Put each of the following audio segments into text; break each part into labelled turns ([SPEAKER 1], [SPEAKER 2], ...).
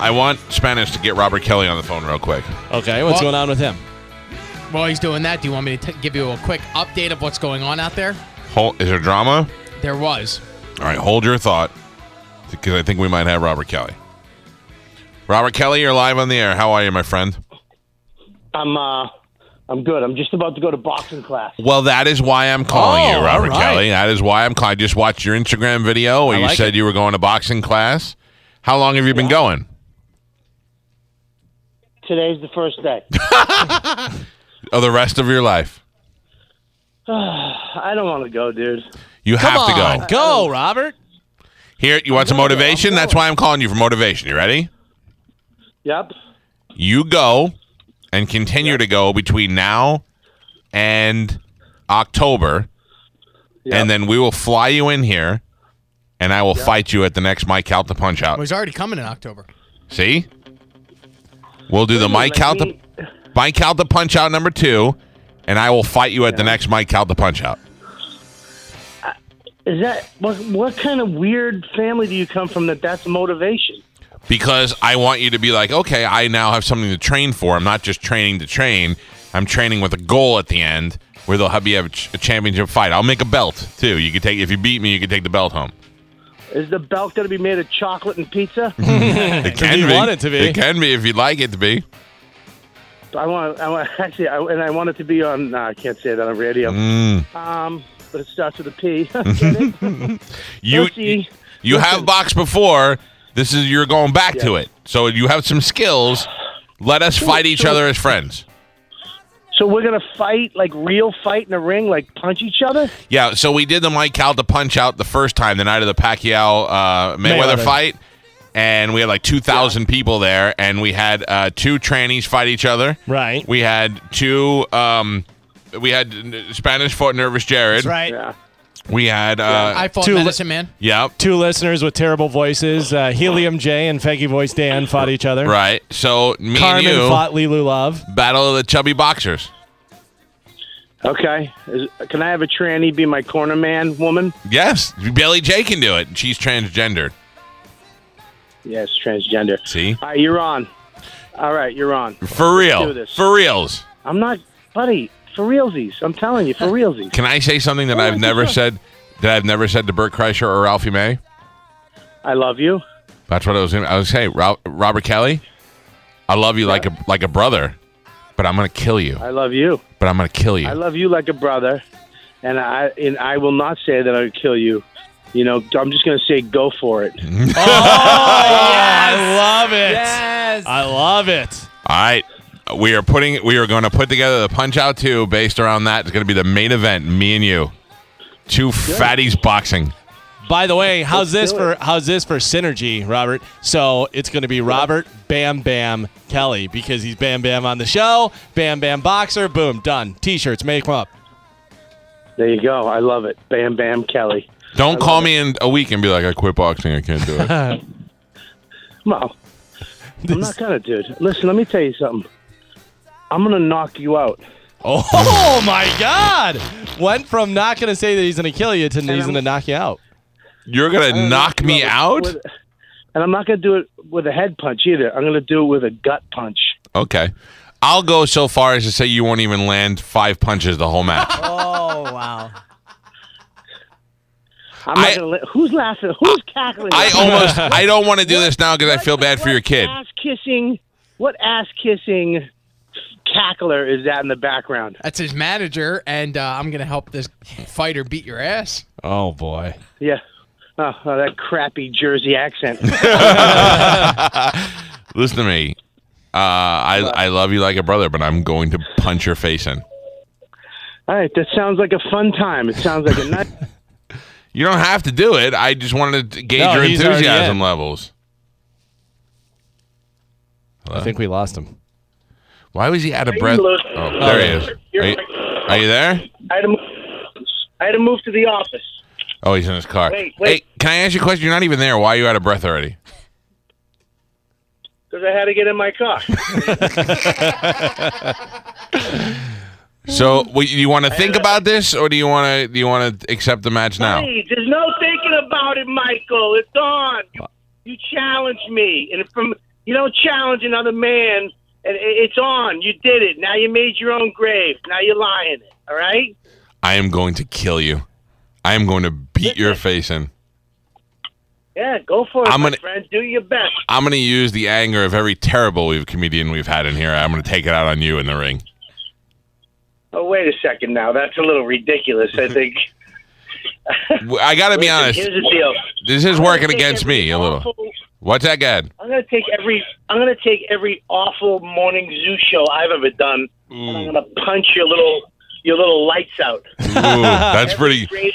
[SPEAKER 1] I want Spanish to get Robert Kelly on the phone real quick.
[SPEAKER 2] Okay, what's
[SPEAKER 3] Well-
[SPEAKER 2] going on with him?
[SPEAKER 3] While he's doing that, do you want me to t- give you a quick update of what's going on out there?
[SPEAKER 1] Hold, is there drama?
[SPEAKER 3] There was.
[SPEAKER 1] All right, hold your thought because I think we might have Robert Kelly. Robert Kelly, you're live on the air. How are you, my friend?
[SPEAKER 4] I'm uh, I'm good. I'm just about to go to boxing class.
[SPEAKER 1] Well, that is why I'm calling
[SPEAKER 2] Oh,
[SPEAKER 1] you, Robert
[SPEAKER 2] all right.
[SPEAKER 1] Kelly. That is why I'm calling. I just watched your Instagram video where
[SPEAKER 2] I
[SPEAKER 1] you
[SPEAKER 2] like
[SPEAKER 1] said you were going to boxing class. How long have you been going?
[SPEAKER 4] Today's the first day.
[SPEAKER 1] Oh, the rest of your life.
[SPEAKER 4] I don't want to go, dude.
[SPEAKER 1] You have
[SPEAKER 2] Come on,
[SPEAKER 1] to go.
[SPEAKER 2] go, Robert.
[SPEAKER 1] Here, you want some motivation? That's why I'm calling you for motivation. You ready?
[SPEAKER 4] Yep.
[SPEAKER 1] you go and continue to go between now and October, and then we will fly you in here, and I will fight you at the next Mike Out the Punch
[SPEAKER 3] It
[SPEAKER 1] Out.
[SPEAKER 3] was already coming in October.
[SPEAKER 1] See? We'll do the Mike Out the Mike Out the Punch Out number two, and I will fight you at the next Mike Out the Punch Out.
[SPEAKER 4] Is that what? What kind of weird family do you come from that that's motivation?
[SPEAKER 1] Because I want you to be like, okay, I now have something to train for. I'm not just training to train. I'm training with a goal at the end where they'll have you have a, ch- a championship fight. I'll make a belt too. You could take if you beat me, you could take the belt home.
[SPEAKER 4] Is the belt going to be made of chocolate and pizza?
[SPEAKER 1] Mm-hmm. It can
[SPEAKER 2] Eh, you want it to be.
[SPEAKER 1] It can be if you'd like it to be.
[SPEAKER 4] I want. I want actually, I, and I want it to be on. Nah, I can't say that on radio.
[SPEAKER 1] Mm.
[SPEAKER 4] Um, but it starts with a P. Get it?
[SPEAKER 1] You
[SPEAKER 4] Pussy.
[SPEAKER 1] you have boxed before. This is you're going back to it. So you have some skills. Let us fight each other as friends.
[SPEAKER 4] so we're going to fight like real fight in a ring, like punch each other.
[SPEAKER 1] Yeah, so we did the Mike Calda punch out the first time, the night of the Pacquiao uh, Mayweather,
[SPEAKER 2] Mayweather.
[SPEAKER 1] fight, and we had like two thousand people there, and we had uh, two trannies fight each other.
[SPEAKER 2] Right.
[SPEAKER 1] We had two. Um, we had uh, Spanish fought nervous Jared.
[SPEAKER 2] right.
[SPEAKER 4] Yeah.
[SPEAKER 1] We had. Uh,
[SPEAKER 3] I fought
[SPEAKER 2] two li-
[SPEAKER 3] medicine man.
[SPEAKER 1] Yep.
[SPEAKER 2] Two listeners with terrible voices, uh, Helium J and Feggy Voice Dan fought each other.
[SPEAKER 1] Right. So me
[SPEAKER 2] Carmen
[SPEAKER 1] and you
[SPEAKER 2] fought Lilu Love.
[SPEAKER 1] battle of the chubby boxers.
[SPEAKER 4] Okay. Is, can I have a tranny be my corner man woman?
[SPEAKER 1] Yes, Billy J can do it. She's transgendered.
[SPEAKER 4] Yes, transgender.
[SPEAKER 1] See,
[SPEAKER 4] All right, you're on. All right, you're on.
[SPEAKER 1] for
[SPEAKER 4] do
[SPEAKER 1] real,
[SPEAKER 4] this.
[SPEAKER 1] for reals.
[SPEAKER 4] I'm not, buddy. For realsies, I'm telling you, for realsies.
[SPEAKER 1] Can I say something that I've never said that I've never said to Burt Kreischer or Ralphie May?
[SPEAKER 4] I love you.
[SPEAKER 1] That's what I was gonna. I was saying, Ro- Robert Kelly, I love you like a like a brother, but I'm gonna kill you.
[SPEAKER 4] I love you.
[SPEAKER 1] But I'm gonna kill
[SPEAKER 4] I
[SPEAKER 1] you.
[SPEAKER 4] love you like a brother, and I and I will not say that I'll kill you. You know, I'm just gonna say go for it.
[SPEAKER 2] I love it.
[SPEAKER 3] Yes.
[SPEAKER 2] I love it.
[SPEAKER 1] All right, we are putting. We are going to put together the punch out two based around that. It's gonna be the main event. Me and you, two fatties boxing.
[SPEAKER 2] By the way, how's
[SPEAKER 4] Let's
[SPEAKER 2] this
[SPEAKER 4] do
[SPEAKER 2] for
[SPEAKER 4] it.
[SPEAKER 2] how's this for synergy, Robert? So it's going to be Robert Bam Bam Kelly because he's Bam Bam on the show, Bam Bam boxer, boom, done. T-shirts, make them up.
[SPEAKER 4] There you go. I love it. Bam, bam, Kelly.
[SPEAKER 1] Don't call me in a week and be like, I quit boxing. I can't do it.
[SPEAKER 4] Well, I'm not gonna, dude. Listen, let me tell you something. I'm gonna knock you out.
[SPEAKER 2] Oh my God! Went from not going to say that he's going to kill you to he's
[SPEAKER 4] I'm-
[SPEAKER 2] going to knock you out.
[SPEAKER 1] You're gonna knock me out?
[SPEAKER 4] With- and I'm not gonna do it with a head punch either. I'm gonna do it with a gut punch.
[SPEAKER 1] Okay. I'll go so far as to say you won't even land five punches the whole match.
[SPEAKER 2] Oh wow!
[SPEAKER 4] I'm not
[SPEAKER 1] I-
[SPEAKER 4] gonna let, who's laughing? Who's cackling?
[SPEAKER 1] I almost I don't want to do this now because I feel bad for your kid.
[SPEAKER 4] Ass kissing. What ass kissing cackler is that in the background?
[SPEAKER 3] That's his manager, and uh, I'm gonna help this fighter beat your ass.
[SPEAKER 2] Oh boy!
[SPEAKER 4] Yeah. Oh, oh, that crappy Jersey accent.
[SPEAKER 1] Listen to me. Uh, I I love you like a brother, but I'm going to punch your face in.
[SPEAKER 4] All right, that sounds like a fun time. It sounds like a night.
[SPEAKER 1] You don't have to do it. I just wanted to gauge
[SPEAKER 2] No,
[SPEAKER 1] your
[SPEAKER 2] he's already
[SPEAKER 1] enthusiasm
[SPEAKER 2] in.
[SPEAKER 1] levels.
[SPEAKER 2] I think we lost him.
[SPEAKER 1] Why was he out of breath?
[SPEAKER 4] look-
[SPEAKER 1] Oh, there he is. Are you, are you there?
[SPEAKER 4] I had, to, move- I had to move to the office.
[SPEAKER 1] Oh, he's in his car.
[SPEAKER 4] Wait,
[SPEAKER 1] Hey,
[SPEAKER 4] wait.
[SPEAKER 1] can I ask you a question? You're not even there. Why are you out of breath already?
[SPEAKER 4] Because I had to get in my car.
[SPEAKER 1] So,
[SPEAKER 4] Mm-hmm.
[SPEAKER 1] wait, do you want to think about this, or do you want to do you want to accept the match now?
[SPEAKER 4] Hey, there's no thinking about it, Michael. It's on. You, you challenged me, and from You don't challenge another man, and it- it's on. You did it. Now you made your own grave. Now you're lying it. All right.
[SPEAKER 1] I am going to kill you. I am going to beat your face in.
[SPEAKER 4] Yeah, go for it,
[SPEAKER 1] I'm
[SPEAKER 4] my
[SPEAKER 1] gonna-
[SPEAKER 4] friend. Do your best.
[SPEAKER 1] I'm going to use the anger of every terrible we've, comedian we've had in here. I'm going to take it out on you in the ring.
[SPEAKER 4] Oh, wait a second now. That's a little ridiculous, I think.
[SPEAKER 1] W- I got to be honest.
[SPEAKER 4] Here's the deal.
[SPEAKER 1] This is
[SPEAKER 4] I'm gonna
[SPEAKER 1] working
[SPEAKER 4] take
[SPEAKER 1] against
[SPEAKER 4] every
[SPEAKER 1] me a little.
[SPEAKER 4] awful-
[SPEAKER 1] What's that, good?
[SPEAKER 4] I'm gonna take every I'm gonna take every awful morning zoo show I've ever done, and I'm gonna punch your little your little lights out.
[SPEAKER 1] Ooh, that's pretty.
[SPEAKER 4] Great.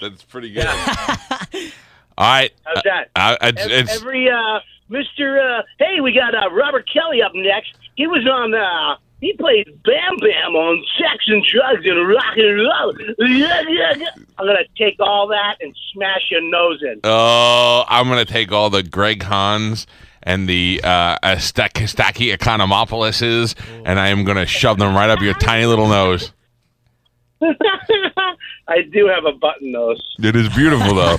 [SPEAKER 1] That's pretty good. All right.
[SPEAKER 4] How's that?
[SPEAKER 1] Uh, it's,
[SPEAKER 4] Ev-
[SPEAKER 1] it's,
[SPEAKER 4] every uh, Mr. Uh, hey, we got uh, Robert Kelly up next. He was on. Uh, he played Bam Bam on Sex and Drugs and Rock and Roll. Yeah, yeah, yeah. I'm gonna take all that and smash your nose in.
[SPEAKER 1] oh, I'm going to take all the Greg Hans and the uh, Stack- Stacky Economopolises, and I am going to shove them right up your tiny little nose. Uh,
[SPEAKER 4] I do have a button nose.
[SPEAKER 1] It is beautiful though.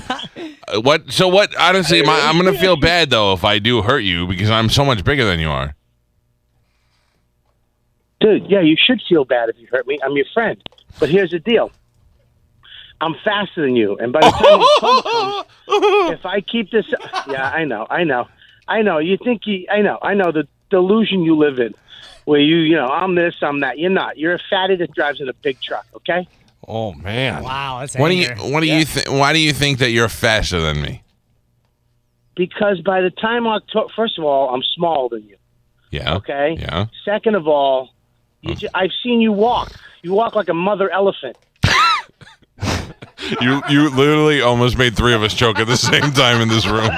[SPEAKER 1] Uh, what? So what? Honestly, my, I'm gonna feel bad though if I do hurt you because I'm so much bigger than you are.
[SPEAKER 4] Dude, yeah, you should feel bad if you hurt me. I'm your friend. But here's the deal. I'm faster than you, and by the time the summer comes, if I keep this, yeah, I know, I know, I know. You think you, I know, I know the delusion you live in, where you, you know, I'm this, I'm that. You're not. You're a fatty that drives in a big truck. Okay.
[SPEAKER 2] Oh man.
[SPEAKER 3] Wow, that's
[SPEAKER 1] What do you?
[SPEAKER 3] anger.
[SPEAKER 1] What do you think? Why do you think that you're faster than me?
[SPEAKER 4] Because by the time October, first of all, I'm smaller than you.
[SPEAKER 1] Yeah.
[SPEAKER 4] Okay.
[SPEAKER 1] Yeah.
[SPEAKER 4] Second of all, you ju- I've seen you walk. You walk like a mother elephant.
[SPEAKER 1] You you literally almost made three of us choke at the same time in this room.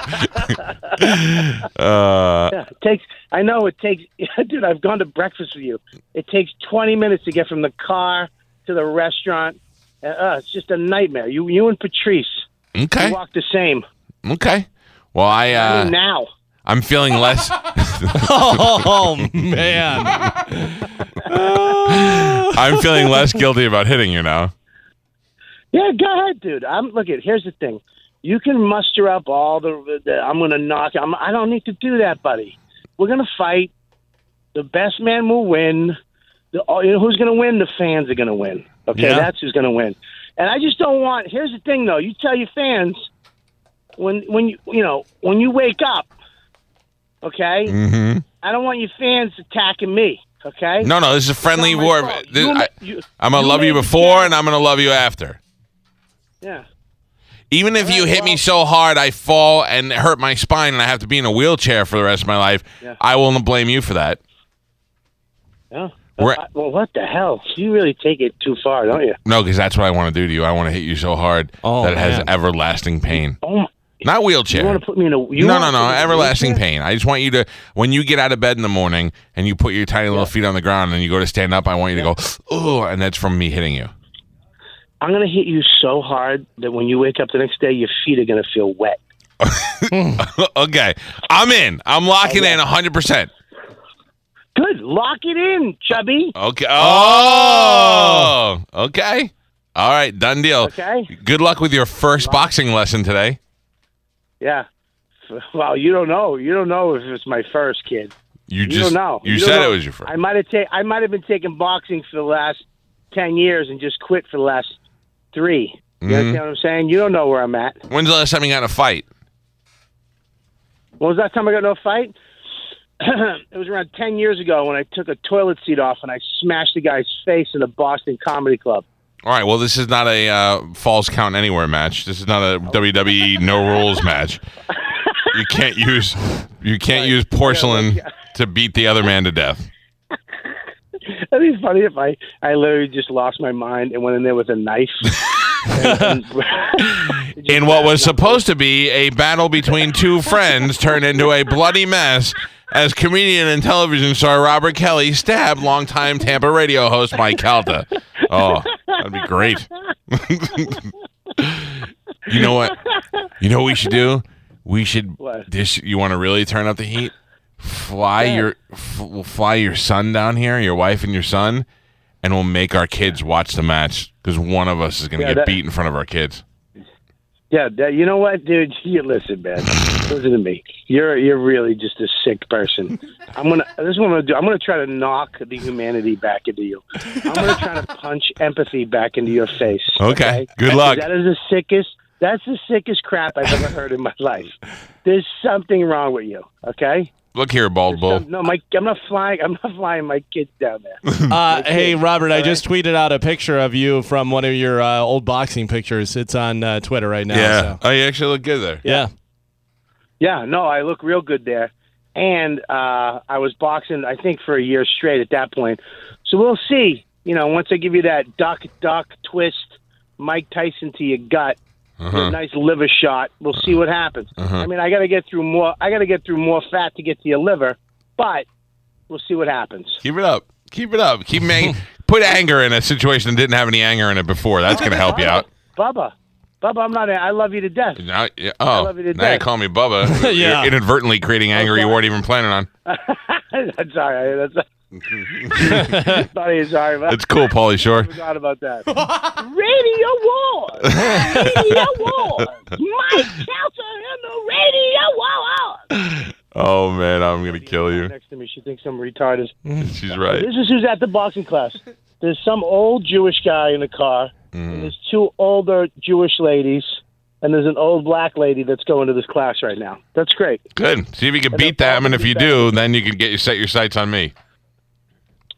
[SPEAKER 1] uh,
[SPEAKER 4] Yeah, it takes. I know it takes. dude, I've gone to breakfast with you. It takes twenty minutes to get from the car to the restaurant. Uh, uh, it's just a nightmare. You, you and Patrice, you
[SPEAKER 1] okay.
[SPEAKER 4] walk the same.
[SPEAKER 1] Okay. Well, I
[SPEAKER 4] I
[SPEAKER 1] uh,
[SPEAKER 4] mean, now,
[SPEAKER 1] I'm feeling less.
[SPEAKER 2] Oh man.
[SPEAKER 1] I'm feeling less guilty about hitting you now.
[SPEAKER 4] yeah, go ahead, dude. I'm look at. Here's the thing. You can muster up all the. the I'm gonna knock. I'm, I don't need to do that, buddy. We're gonna fight. The best man will win. The, oh, you know who's gonna win? The fans are gonna win. Okay,
[SPEAKER 2] Yeah.
[SPEAKER 4] that's who's gonna win. And I just don't want. Here's the thing, though. You tell your fans. when when you you know when you wake up, okay?
[SPEAKER 1] Mm-hmm.
[SPEAKER 4] I don't want your fans attacking me, okay?
[SPEAKER 1] No, no, this is a friendly
[SPEAKER 4] It's not my
[SPEAKER 1] war.
[SPEAKER 4] fault.
[SPEAKER 1] This-
[SPEAKER 4] You ma-
[SPEAKER 1] I,
[SPEAKER 4] you-
[SPEAKER 1] I'm gonna
[SPEAKER 4] you
[SPEAKER 1] love
[SPEAKER 4] made
[SPEAKER 1] you
[SPEAKER 4] the
[SPEAKER 1] before,
[SPEAKER 4] challenge.
[SPEAKER 1] and I'm gonna love you after.
[SPEAKER 4] yeah.
[SPEAKER 1] Even if you
[SPEAKER 4] right,
[SPEAKER 1] hit me
[SPEAKER 4] well-
[SPEAKER 1] so hard I fall and hurt my spine and I have to be in a wheelchair for the rest of my life,
[SPEAKER 4] Yeah.
[SPEAKER 1] I won't blame you for that.
[SPEAKER 4] Yeah.
[SPEAKER 1] We're-
[SPEAKER 4] I- well, what the hell? You really take it too far, don't you?
[SPEAKER 1] No, because that's what I want to do to you. I want to hit you so hard
[SPEAKER 2] Oh,
[SPEAKER 1] that it has
[SPEAKER 2] man.
[SPEAKER 1] everlasting pain.
[SPEAKER 4] Oh, my,
[SPEAKER 1] Not
[SPEAKER 4] you
[SPEAKER 1] wheelchair.
[SPEAKER 4] want to put me in a you
[SPEAKER 1] no, no,
[SPEAKER 4] wanna
[SPEAKER 1] no.
[SPEAKER 4] put me in a
[SPEAKER 1] Everlasting
[SPEAKER 4] wheelchair?
[SPEAKER 1] pain. I just want you to, when you get out of bed in the morning and you put your tiny little feet on the ground and you go to stand up, I want you to go, oh, and that's from me hitting you.
[SPEAKER 4] I'm gonna hit you so hard that when you wake up the next day, your feet are gonna feel wet.
[SPEAKER 1] okay. I'm in. I'm locking in 100%.
[SPEAKER 4] Good, lock it in, chubby.
[SPEAKER 1] Okay. Oh. Okay. All right. Done deal.
[SPEAKER 4] Okay.
[SPEAKER 1] Good luck with your first boxing lesson today.
[SPEAKER 4] Yeah. Well, you don't know. You don't know if it's my first kid.
[SPEAKER 1] You
[SPEAKER 4] You
[SPEAKER 1] just
[SPEAKER 4] don't know.
[SPEAKER 1] you,
[SPEAKER 4] don't
[SPEAKER 1] said
[SPEAKER 4] know.
[SPEAKER 1] it was your first.
[SPEAKER 4] I might have ta- I might have been taking boxing for the last ten years and just quit for the last three.
[SPEAKER 1] Mm-hmm.
[SPEAKER 4] You understand what I'm saying? You don't know where I'm at.
[SPEAKER 1] When's the last time you got in a fight?
[SPEAKER 4] When was the last time I got into a fight? it was around ten years ago when I took a toilet seat off and I smashed the guy's face in the Boston Comedy Club.
[SPEAKER 1] All right. Well, this is not a uh, false count anywhere match. This is not a WWE no rules match. You can't use you can't use porcelain to beat the other man to death.
[SPEAKER 4] That'd be funny if I, I literally just lost my mind and went in there with a knife. And- and-
[SPEAKER 1] In what was supposed to be a battle between two friends turned into a bloody mess as comedian and television star Robert Kelly stabbed longtime Tampa radio host Mike Calta. Oh, that'd be great. you know what? You know what we should do? We should
[SPEAKER 4] What?
[SPEAKER 1] this you want to really turn up the heat? Fly your f- we'll fly your son down here, your wife and your son, and we'll make our kids watch the match cuz one of us is going to
[SPEAKER 4] Yeah,
[SPEAKER 1] get
[SPEAKER 4] that-
[SPEAKER 1] beat in front of our kids.
[SPEAKER 4] Yeah, that, you know what, dude? You listen, man. listen to me. You're you're really just a sick person. I'm gonna. This is what I'm gonna do. I'm gonna try to knock the humanity back into you. I'm gonna try to punch empathy back into your face.
[SPEAKER 1] Okay. Good luck.
[SPEAKER 4] That is the sickest. That's the sickest crap I've ever heard in my life. There's something wrong with you. Okay.
[SPEAKER 1] Look here, bald bull.
[SPEAKER 4] No, my I'm not flying. I'm not flying my kids down there.
[SPEAKER 2] Uh, hey, Robert, I just tweeted out a picture of you from one of your uh, old boxing pictures. It's on uh, Twitter right now.
[SPEAKER 1] Yeah.
[SPEAKER 2] so-
[SPEAKER 1] Oh, you actually look good there.
[SPEAKER 2] Yeah.
[SPEAKER 4] Yeah, no, I look real good there. And uh, I was boxing, I think, for a year straight at that point. So we'll see. You know, once I give you that duck, duck twist, Mike Tyson to your gut, a nice liver shot, we'll see what happens. I mean, I got to get through more. I got to get through more fat to get to your liver, but we'll see what happens.
[SPEAKER 1] Keep it up. Keep it up. Keep man- put anger in a situation that didn't have any anger in it before. That's going to help you out.
[SPEAKER 4] Bubba, Bubba, I'm not. I love you to death.
[SPEAKER 1] Now, yeah, oh,
[SPEAKER 4] love you to
[SPEAKER 1] now you
[SPEAKER 4] death.
[SPEAKER 1] call me Bubba.
[SPEAKER 2] Yeah.
[SPEAKER 1] You're inadvertently creating anger you weren't even planning on.
[SPEAKER 4] that's all right. That's. Sorry, sorry, but
[SPEAKER 1] It's cool, Paulie Shore.
[SPEAKER 4] I forgot about that. radio Wars! Radio Wars! Mike Kelter in the Radio Wars!
[SPEAKER 1] Oh man, I'm gonna kill you.
[SPEAKER 4] Next to me, she thinks I'm retarded.
[SPEAKER 1] She's right.
[SPEAKER 4] This is who's at the boxing class. There's some old Jewish guy in the car, and there's two older Jewish ladies, and there's an old black lady that's going to this class right now. That's great.
[SPEAKER 1] Good. See if you can beat them, and if you do, then you can get you set your sights on me.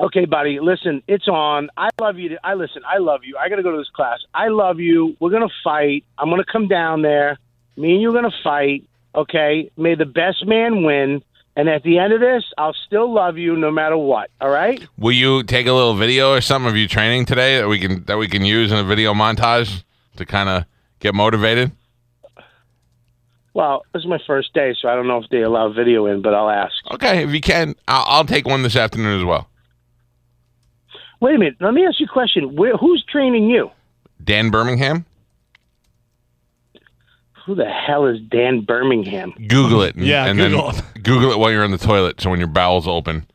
[SPEAKER 4] Okay, buddy. Listen, it's on. I love you. To, I listen. I love you. I gotta go to this class. I love you. We're gonna fight. I'm gonna come down there. Me and you are gonna fight. Okay. May the best man win. And at the end of this, I'll still love you no matter what. All right.
[SPEAKER 1] Will you take a little video or something of you training today that we can that we can use in a video montage to kind of get motivated?
[SPEAKER 4] Well, this is my first day, so I don't know if they allow video in, but I'll ask.
[SPEAKER 1] Okay, if you can, I'll, I'll take one this afternoon as well.
[SPEAKER 4] Wait a minute. Let me ask you a question. Where, who's training you?
[SPEAKER 1] Dan Birmingham,
[SPEAKER 4] Who the hell is Dan Birmingham?
[SPEAKER 1] Google it. And,
[SPEAKER 2] Yeah,
[SPEAKER 1] and
[SPEAKER 2] Google
[SPEAKER 1] then
[SPEAKER 2] it.
[SPEAKER 1] Google it while you're in the toilet. So when your bowels open,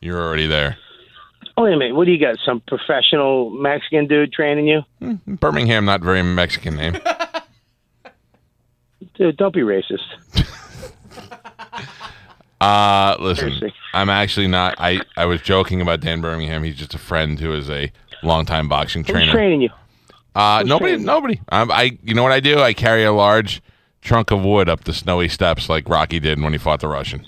[SPEAKER 1] you're already there.
[SPEAKER 4] Oh, Wait a minute. What do you got? Some professional Mexican dude training you?
[SPEAKER 1] Birmingham, not very Mexican name.
[SPEAKER 4] Dude, don't be racist.
[SPEAKER 1] Uh, listen,
[SPEAKER 4] Seriously.
[SPEAKER 1] I'm actually not. I, I was joking about Dan Birmingham. He's just a friend who is a longtime boxing
[SPEAKER 4] Who's
[SPEAKER 1] trainer.
[SPEAKER 4] training you?
[SPEAKER 1] uh, nobody,
[SPEAKER 4] training?
[SPEAKER 1] nobody. Um, I, you know what I do? I carry a large trunk of wood up the snowy steps like Rocky did when he fought the Russian.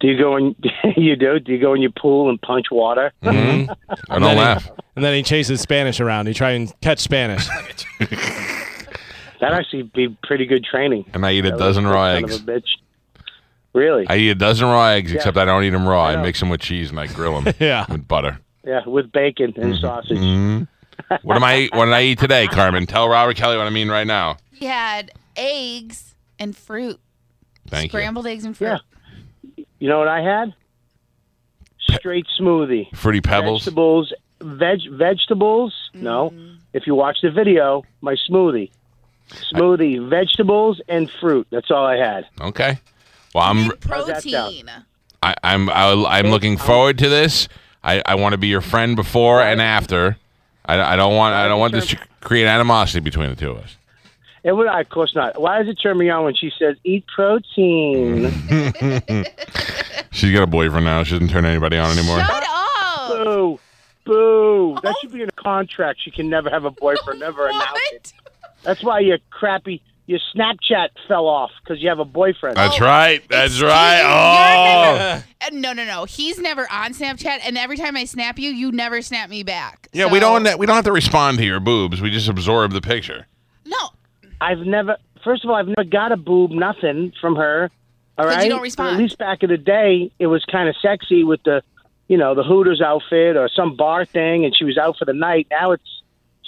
[SPEAKER 4] Do you go in? you do? Do you go in your pool and punch water?
[SPEAKER 1] Mm-hmm. I don't
[SPEAKER 2] then
[SPEAKER 1] laugh.
[SPEAKER 2] He, and then he chases Spanish around. He try and catch Spanish.
[SPEAKER 4] That'd actually be pretty good training.
[SPEAKER 1] And I eat a dozen raw
[SPEAKER 4] Son of a
[SPEAKER 1] eggs.
[SPEAKER 4] bitch. Really?
[SPEAKER 1] I eat a dozen raw eggs, except I don't eat them raw. I,
[SPEAKER 4] know.
[SPEAKER 1] mix them with cheese and I grill them
[SPEAKER 2] Yeah.
[SPEAKER 1] with butter.
[SPEAKER 4] yeah, with bacon
[SPEAKER 1] Mm-hmm.
[SPEAKER 4] and sausage.
[SPEAKER 1] What am I? What did I eat today, Carmen? Tell Robert Kelly what I mean right now.
[SPEAKER 5] He had eggs and fruit,
[SPEAKER 1] Thank
[SPEAKER 5] scrambled eggs and fruit.
[SPEAKER 4] Yeah. You know what I had? Straight smoothie.
[SPEAKER 1] you. Fruity pebbles.
[SPEAKER 4] Vegetables. Veg vegetables. No. If you watch the video, my smoothie. Smoothie, vegetables and fruit. That's all I had.
[SPEAKER 1] Okay. Well, I'm
[SPEAKER 5] And
[SPEAKER 4] that sound?
[SPEAKER 5] protein.
[SPEAKER 1] I, I'm I'll, I'm looking forward to this. I, I want to be your friend before and after. I, I don't want I don't want this to create animosity between the two of us.
[SPEAKER 4] It would, of course not. Why does it turn me on when she says eat
[SPEAKER 1] Mm-hmm.
[SPEAKER 4] protein?
[SPEAKER 1] She's got a boyfriend now. She doesn't turn anybody on anymore.
[SPEAKER 5] Shut up.
[SPEAKER 4] Boo! Boo! That should be in a contract. She can never have a boyfriend, never announce it.
[SPEAKER 5] What?
[SPEAKER 4] That's why your crappy, your Snapchat fell off because you have a boyfriend.
[SPEAKER 1] That's right. That's
[SPEAKER 5] Excuse
[SPEAKER 1] right.
[SPEAKER 5] me,
[SPEAKER 1] Oh,
[SPEAKER 5] you're never- Uh, no, no, no. He's never on Snapchat, and every time I snap you, you never snap me back.
[SPEAKER 1] yeah.
[SPEAKER 5] So-
[SPEAKER 1] We don't we don't have to respond to your boobs. We just absorb the picture.
[SPEAKER 5] No,
[SPEAKER 4] I've never, first of all, I've never got a boob, nothing from her. All
[SPEAKER 5] 'Cause you
[SPEAKER 4] right.
[SPEAKER 5] don't
[SPEAKER 4] At
[SPEAKER 5] respond.
[SPEAKER 4] least back in the day, it was kind of sexy with the, you know, the Hooters outfit or some bar thing, and she was out for the night. Now it's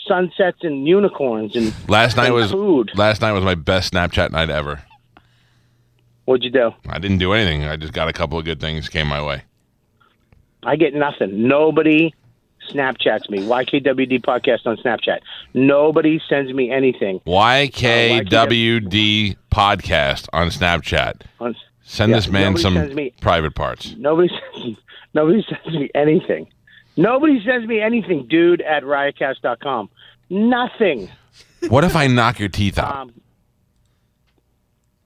[SPEAKER 4] sunsets and unicorns. And
[SPEAKER 1] Last night
[SPEAKER 4] And
[SPEAKER 1] was
[SPEAKER 4] food.
[SPEAKER 1] last night was my best Snapchat night ever.
[SPEAKER 4] what'd you do?
[SPEAKER 1] I didn't do anything. I just got a couple of good things came my way.
[SPEAKER 4] I get nothing. Nobody Snapchats me. YKWD podcast on Snapchat. Nobody sends me anything.
[SPEAKER 1] YKWd podcast on Snapchat.
[SPEAKER 4] On,
[SPEAKER 1] Send
[SPEAKER 4] Yeah,
[SPEAKER 1] this man
[SPEAKER 4] nobody
[SPEAKER 1] some
[SPEAKER 4] sends me-
[SPEAKER 1] private parts.
[SPEAKER 4] nobody sends, nobody sends me anything. Nobody sends me anything, dude, at riotcast.com. Nothing.
[SPEAKER 1] What if I knock your teeth out?
[SPEAKER 4] Um,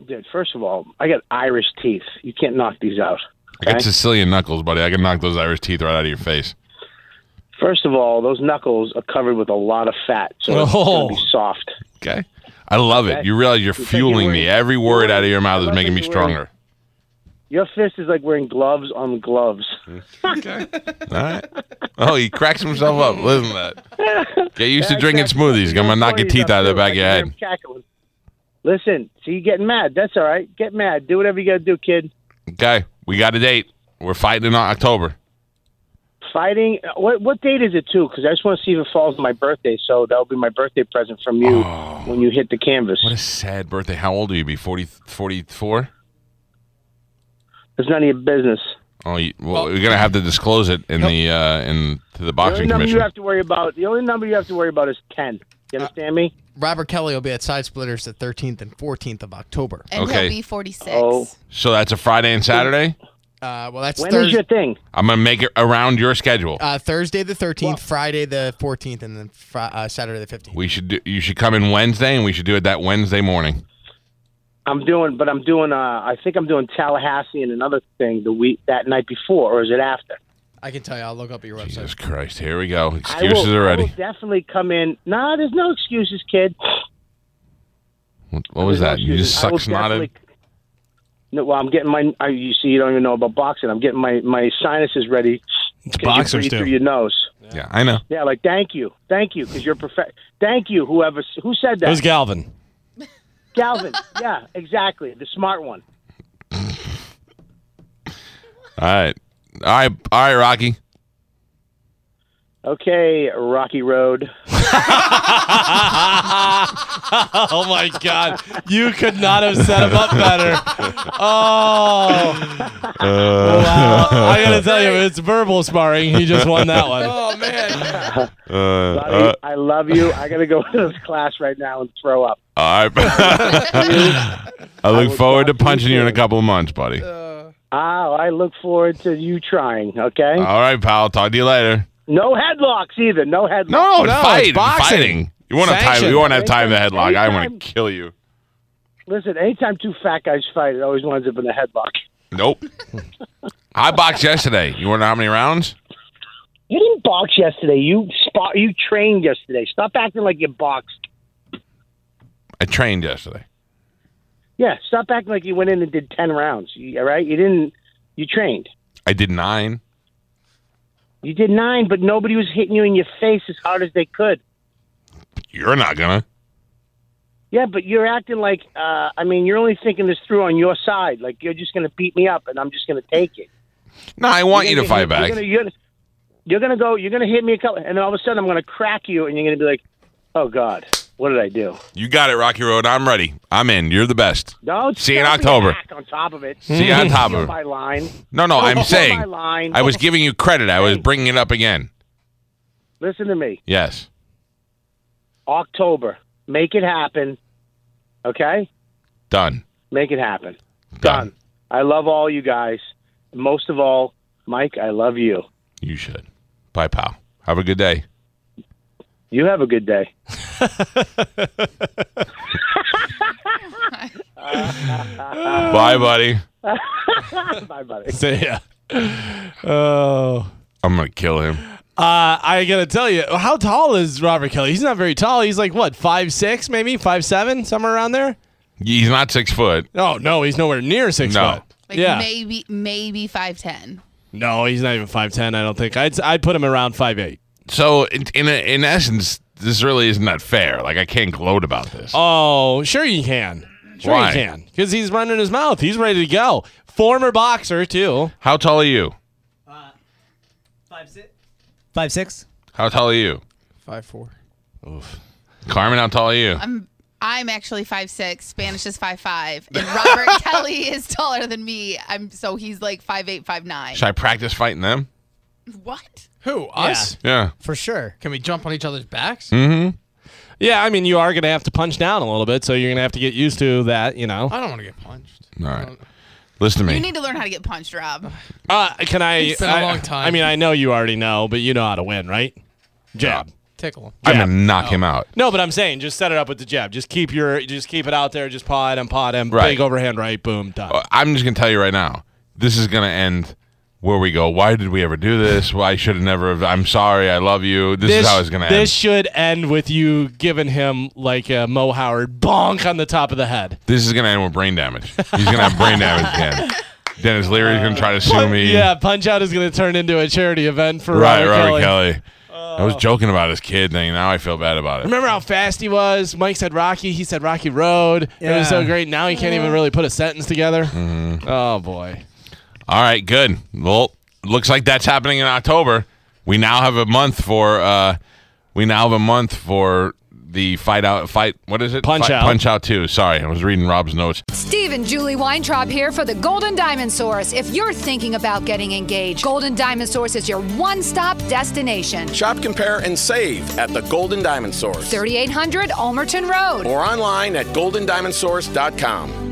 [SPEAKER 4] dude, first of all, I got Irish teeth. You can't knock these out.
[SPEAKER 1] I got
[SPEAKER 4] okay?
[SPEAKER 1] Sicilian knuckles, buddy. I can knock those Irish teeth right out of your face.
[SPEAKER 4] First of all, those knuckles are covered with a lot of fat, so it's
[SPEAKER 2] Oh.
[SPEAKER 4] going to be soft.
[SPEAKER 1] Okay. I love it.
[SPEAKER 4] Okay.
[SPEAKER 1] You realize you're
[SPEAKER 4] You're taking
[SPEAKER 1] fueling
[SPEAKER 4] words-
[SPEAKER 1] me. Every word out of your mouth is
[SPEAKER 4] love
[SPEAKER 1] making me
[SPEAKER 4] that you were-
[SPEAKER 1] stronger.
[SPEAKER 4] Your fist is like wearing gloves on gloves.
[SPEAKER 1] All right. Oh, he cracks himself up. Listen to that. Get used to drinking smoothies. I'm going to knock your teeth out of the back of your head.
[SPEAKER 4] Listen, see you getting mad. That's all right. Get mad. Do whatever you got to do, kid.
[SPEAKER 1] Okay. We got a date. We're fighting in October.
[SPEAKER 4] Fighting. What what date is it too? Because I just want to see if it falls on my birthday. So that'll be my birthday present from you when you hit the canvas.
[SPEAKER 1] Oh. What a sad birthday. How old are you? Be 40, 44?
[SPEAKER 4] it's none of your business.
[SPEAKER 1] Oh, you, well, we're gonna have to disclose it in the uh, in to the
[SPEAKER 4] The only
[SPEAKER 1] boxing
[SPEAKER 4] number
[SPEAKER 1] commission.
[SPEAKER 4] you have to worry about. The only number you have to worry about is ten. You understand me?
[SPEAKER 3] Robert Kelly will be at Side Splitters the 13th and 14th of October.
[SPEAKER 5] And
[SPEAKER 1] Okay.
[SPEAKER 5] he'll be 46.
[SPEAKER 4] Oh.
[SPEAKER 1] so that's a Friday and Saturday.
[SPEAKER 3] Uh, well, that's
[SPEAKER 4] When is
[SPEAKER 3] Thursday,
[SPEAKER 4] your thing?
[SPEAKER 1] I'm gonna make it around your schedule.
[SPEAKER 3] uh, Thursday the 13th, Friday the 14th, and then fri- uh, Saturday the 15th.
[SPEAKER 1] we should do, you should come in Wednesday, and we should do it that Wednesday morning.
[SPEAKER 4] I'm doing, but I'm doing. Uh, I think I'm doing Tallahassee and another thing the week that night before, or is it after?
[SPEAKER 3] I can tell you. I'll look up your website.
[SPEAKER 1] Jesus Christ! Here we go.
[SPEAKER 4] I
[SPEAKER 1] Excuses
[SPEAKER 4] will- I
[SPEAKER 1] already.
[SPEAKER 4] will definitely come in. Nah, there's no excuses, kid.
[SPEAKER 1] What, what was that?
[SPEAKER 4] There's no
[SPEAKER 1] You just
[SPEAKER 4] excuses. I
[SPEAKER 1] suck
[SPEAKER 4] will
[SPEAKER 1] snotted.
[SPEAKER 4] definitely- No, well, I'm getting my. I, you see, you don't even know about boxing. I'm getting my my sinuses ready. 'cause you
[SPEAKER 2] boxers
[SPEAKER 4] breathe
[SPEAKER 2] do.
[SPEAKER 4] through your nose.
[SPEAKER 1] Yeah, I know.
[SPEAKER 4] Yeah, like thank you, thank you, because you're perfect. Thank you, whoever s- who said that.
[SPEAKER 2] It was Galvin.
[SPEAKER 4] Galvin. yeah, exactly, the smart one.
[SPEAKER 1] All right, all right, all right, Rocky.
[SPEAKER 4] Okay, Rocky Road.
[SPEAKER 2] Oh my God! You could not have set him up better. Oh wow! I gotta tell you, it's verbal sparring. He just won that one. Oh man!
[SPEAKER 1] Uh,
[SPEAKER 4] Buddy,
[SPEAKER 1] uh,
[SPEAKER 4] I love you. I gotta go to this class right now and throw up.
[SPEAKER 1] all right. I look
[SPEAKER 4] will
[SPEAKER 1] forward to
[SPEAKER 4] talk to you
[SPEAKER 1] punching you in a
[SPEAKER 4] soon.
[SPEAKER 1] couple of months, buddy.
[SPEAKER 4] Oh, I look forward to you trying. Okay.
[SPEAKER 1] all right, pal. Talk to you later.
[SPEAKER 4] no headlocks either. No headlocks.
[SPEAKER 1] No,
[SPEAKER 2] No,
[SPEAKER 1] fight,
[SPEAKER 2] it's boxing.
[SPEAKER 1] fighting. You won't have time.
[SPEAKER 2] Sanction.
[SPEAKER 1] You won't have time to headlock. I
[SPEAKER 4] Anytime.
[SPEAKER 1] want to kill you.
[SPEAKER 4] Listen, anytime two fat guys fight, it always winds up in a headlock.
[SPEAKER 1] Nope. I boxed yesterday. You want to know how many rounds?
[SPEAKER 4] You didn't box yesterday. You spot. You trained yesterday. Stop acting like you boxed.
[SPEAKER 1] I trained yesterday.
[SPEAKER 4] Yeah, stop acting like you went in and did ten rounds. You, all right, you didn't. You trained.
[SPEAKER 1] I did nine.
[SPEAKER 4] You did nine, but nobody was hitting you in your face as hard as they could.
[SPEAKER 1] You're not gonna.
[SPEAKER 4] Yeah, but you're acting like. Uh, I mean, you're only thinking this through on your side. Like you're just going to beat me up, and I'm just going to take it.
[SPEAKER 1] No, I want you to
[SPEAKER 4] You're
[SPEAKER 1] fight back.
[SPEAKER 4] gonna- You're gonna, you're gonna- you're gonna go. You're gonna hit me a couple, and then all of a sudden I'm gonna crack you, and you're gonna be like, "Oh God, what did I do?"
[SPEAKER 1] You got it, Rocky Road. I'm ready. I'm in. You're the best.
[SPEAKER 4] Don't
[SPEAKER 1] See you in
[SPEAKER 4] don't be
[SPEAKER 1] October.
[SPEAKER 4] back On top of it.
[SPEAKER 1] See you on top of
[SPEAKER 4] my
[SPEAKER 1] it.
[SPEAKER 4] line.
[SPEAKER 1] No, no. I'm
[SPEAKER 4] Don't steal Oh, my
[SPEAKER 1] saying.
[SPEAKER 4] line.
[SPEAKER 1] I was giving you credit. I was bringing it up again.
[SPEAKER 4] Listen to me.
[SPEAKER 1] Yes.
[SPEAKER 4] October, make it happen. Okay,
[SPEAKER 1] Done.
[SPEAKER 4] make it happen.
[SPEAKER 1] Done.
[SPEAKER 4] I love all you guys. Most of all, Mike, I love you.
[SPEAKER 1] You should. Bye, pal. Have a good day.
[SPEAKER 4] You have a good day.
[SPEAKER 1] Bye, buddy.
[SPEAKER 4] Bye, buddy.
[SPEAKER 2] So yeah. Oh.
[SPEAKER 1] I'm gonna kill him.
[SPEAKER 2] Uh, I gotta tell you, how tall is Robert Kelly? He's not very tall. He's like what, five six, maybe five seven, somewhere around there.
[SPEAKER 1] He's not six foot.
[SPEAKER 2] No, no, he's nowhere near six
[SPEAKER 1] No.
[SPEAKER 2] foot.
[SPEAKER 5] Like
[SPEAKER 2] yeah,
[SPEAKER 5] maybe maybe 5'10.
[SPEAKER 2] no, he's not even five ten. I don't think. I'd I'd put him around five eight.
[SPEAKER 1] So in in, in essence, this really is not fair. Like I can't gloat about this.
[SPEAKER 2] Oh, sure you can. Sure
[SPEAKER 1] Why?
[SPEAKER 2] you can. Because he's running his mouth. He's ready to go. Former boxer too.
[SPEAKER 1] How tall are you?
[SPEAKER 6] Five six.
[SPEAKER 1] How tall are you?
[SPEAKER 3] Five four.
[SPEAKER 1] Carmen, how tall are you?
[SPEAKER 5] I'm I'm actually 5'6, Spanish is 5'5, and Robert Kelly is taller than me. I'm so he's like 5'8, 5'9.
[SPEAKER 1] Should I practice fighting them?
[SPEAKER 5] What?
[SPEAKER 3] Who? Us?
[SPEAKER 1] Yeah.
[SPEAKER 6] For sure.
[SPEAKER 3] Can we jump on each other's backs?
[SPEAKER 1] Hmm?
[SPEAKER 2] Yeah, I mean you are gonna have to punch down a little bit, so you're gonna have to get used to that. You know.
[SPEAKER 3] I don't want to get punched.
[SPEAKER 1] All right. Listen to
[SPEAKER 5] You
[SPEAKER 1] me.
[SPEAKER 5] need to learn how to get punched, Rob.
[SPEAKER 2] Uh, can I?
[SPEAKER 3] It's been a
[SPEAKER 2] I-
[SPEAKER 3] long time.
[SPEAKER 2] I mean, I know you already know, but you know how to win, right? Jab.
[SPEAKER 3] Tickle him.
[SPEAKER 1] I'm
[SPEAKER 2] Yeah.
[SPEAKER 1] gonna knock him out.
[SPEAKER 2] No, but I'm saying just set it up with the jab. Just keep your just keep it out there. Just paw it and paw him.
[SPEAKER 1] Right.
[SPEAKER 2] Big overhand right. Boom. Done.
[SPEAKER 1] Uh, I'm just gonna tell you right now, this is gonna end where we go. Why did we ever do this? Why should have never? Have, I'm sorry. I love you. This, is how it's gonna
[SPEAKER 2] this should end with you giving him like a Mo Howard bonk on the top of the head.
[SPEAKER 1] end. This is gonna end with brain damage. He's gonna have brain damage again. Dennis Leary's gonna try to sue me.
[SPEAKER 2] Yeah, Punch Out is going to turn into a charity event for
[SPEAKER 1] Right,
[SPEAKER 2] Robert,
[SPEAKER 1] Robert
[SPEAKER 2] Kelly. Uh.
[SPEAKER 1] Kelly. I was joking about his kid thing. Now I feel bad about it.
[SPEAKER 2] Remember how fast he was? Mike said Rocky. He said Rocky Road. It was so
[SPEAKER 3] Yeah.
[SPEAKER 2] great. Now he can't even really put a sentence together.
[SPEAKER 1] Mm-hmm.
[SPEAKER 2] Oh boy.
[SPEAKER 1] All right, good. Well, looks like that's happening in October. We now have a month for. Uh, we now have a month for the fight out fight. What is it?
[SPEAKER 2] Punch
[SPEAKER 1] Fight-
[SPEAKER 2] Out.
[SPEAKER 1] Punch out two. Sorry, I was reading Rob's notes.
[SPEAKER 6] Steve and Julie Weintraub here for the Golden Diamond Source. If you're thinking about getting engaged, Golden Diamond Source is your one stop destination.
[SPEAKER 7] Shop, compare, and save at the Golden Diamond Source
[SPEAKER 6] 3800 Almerton Road.
[SPEAKER 7] or online at goldendiamondsource.com.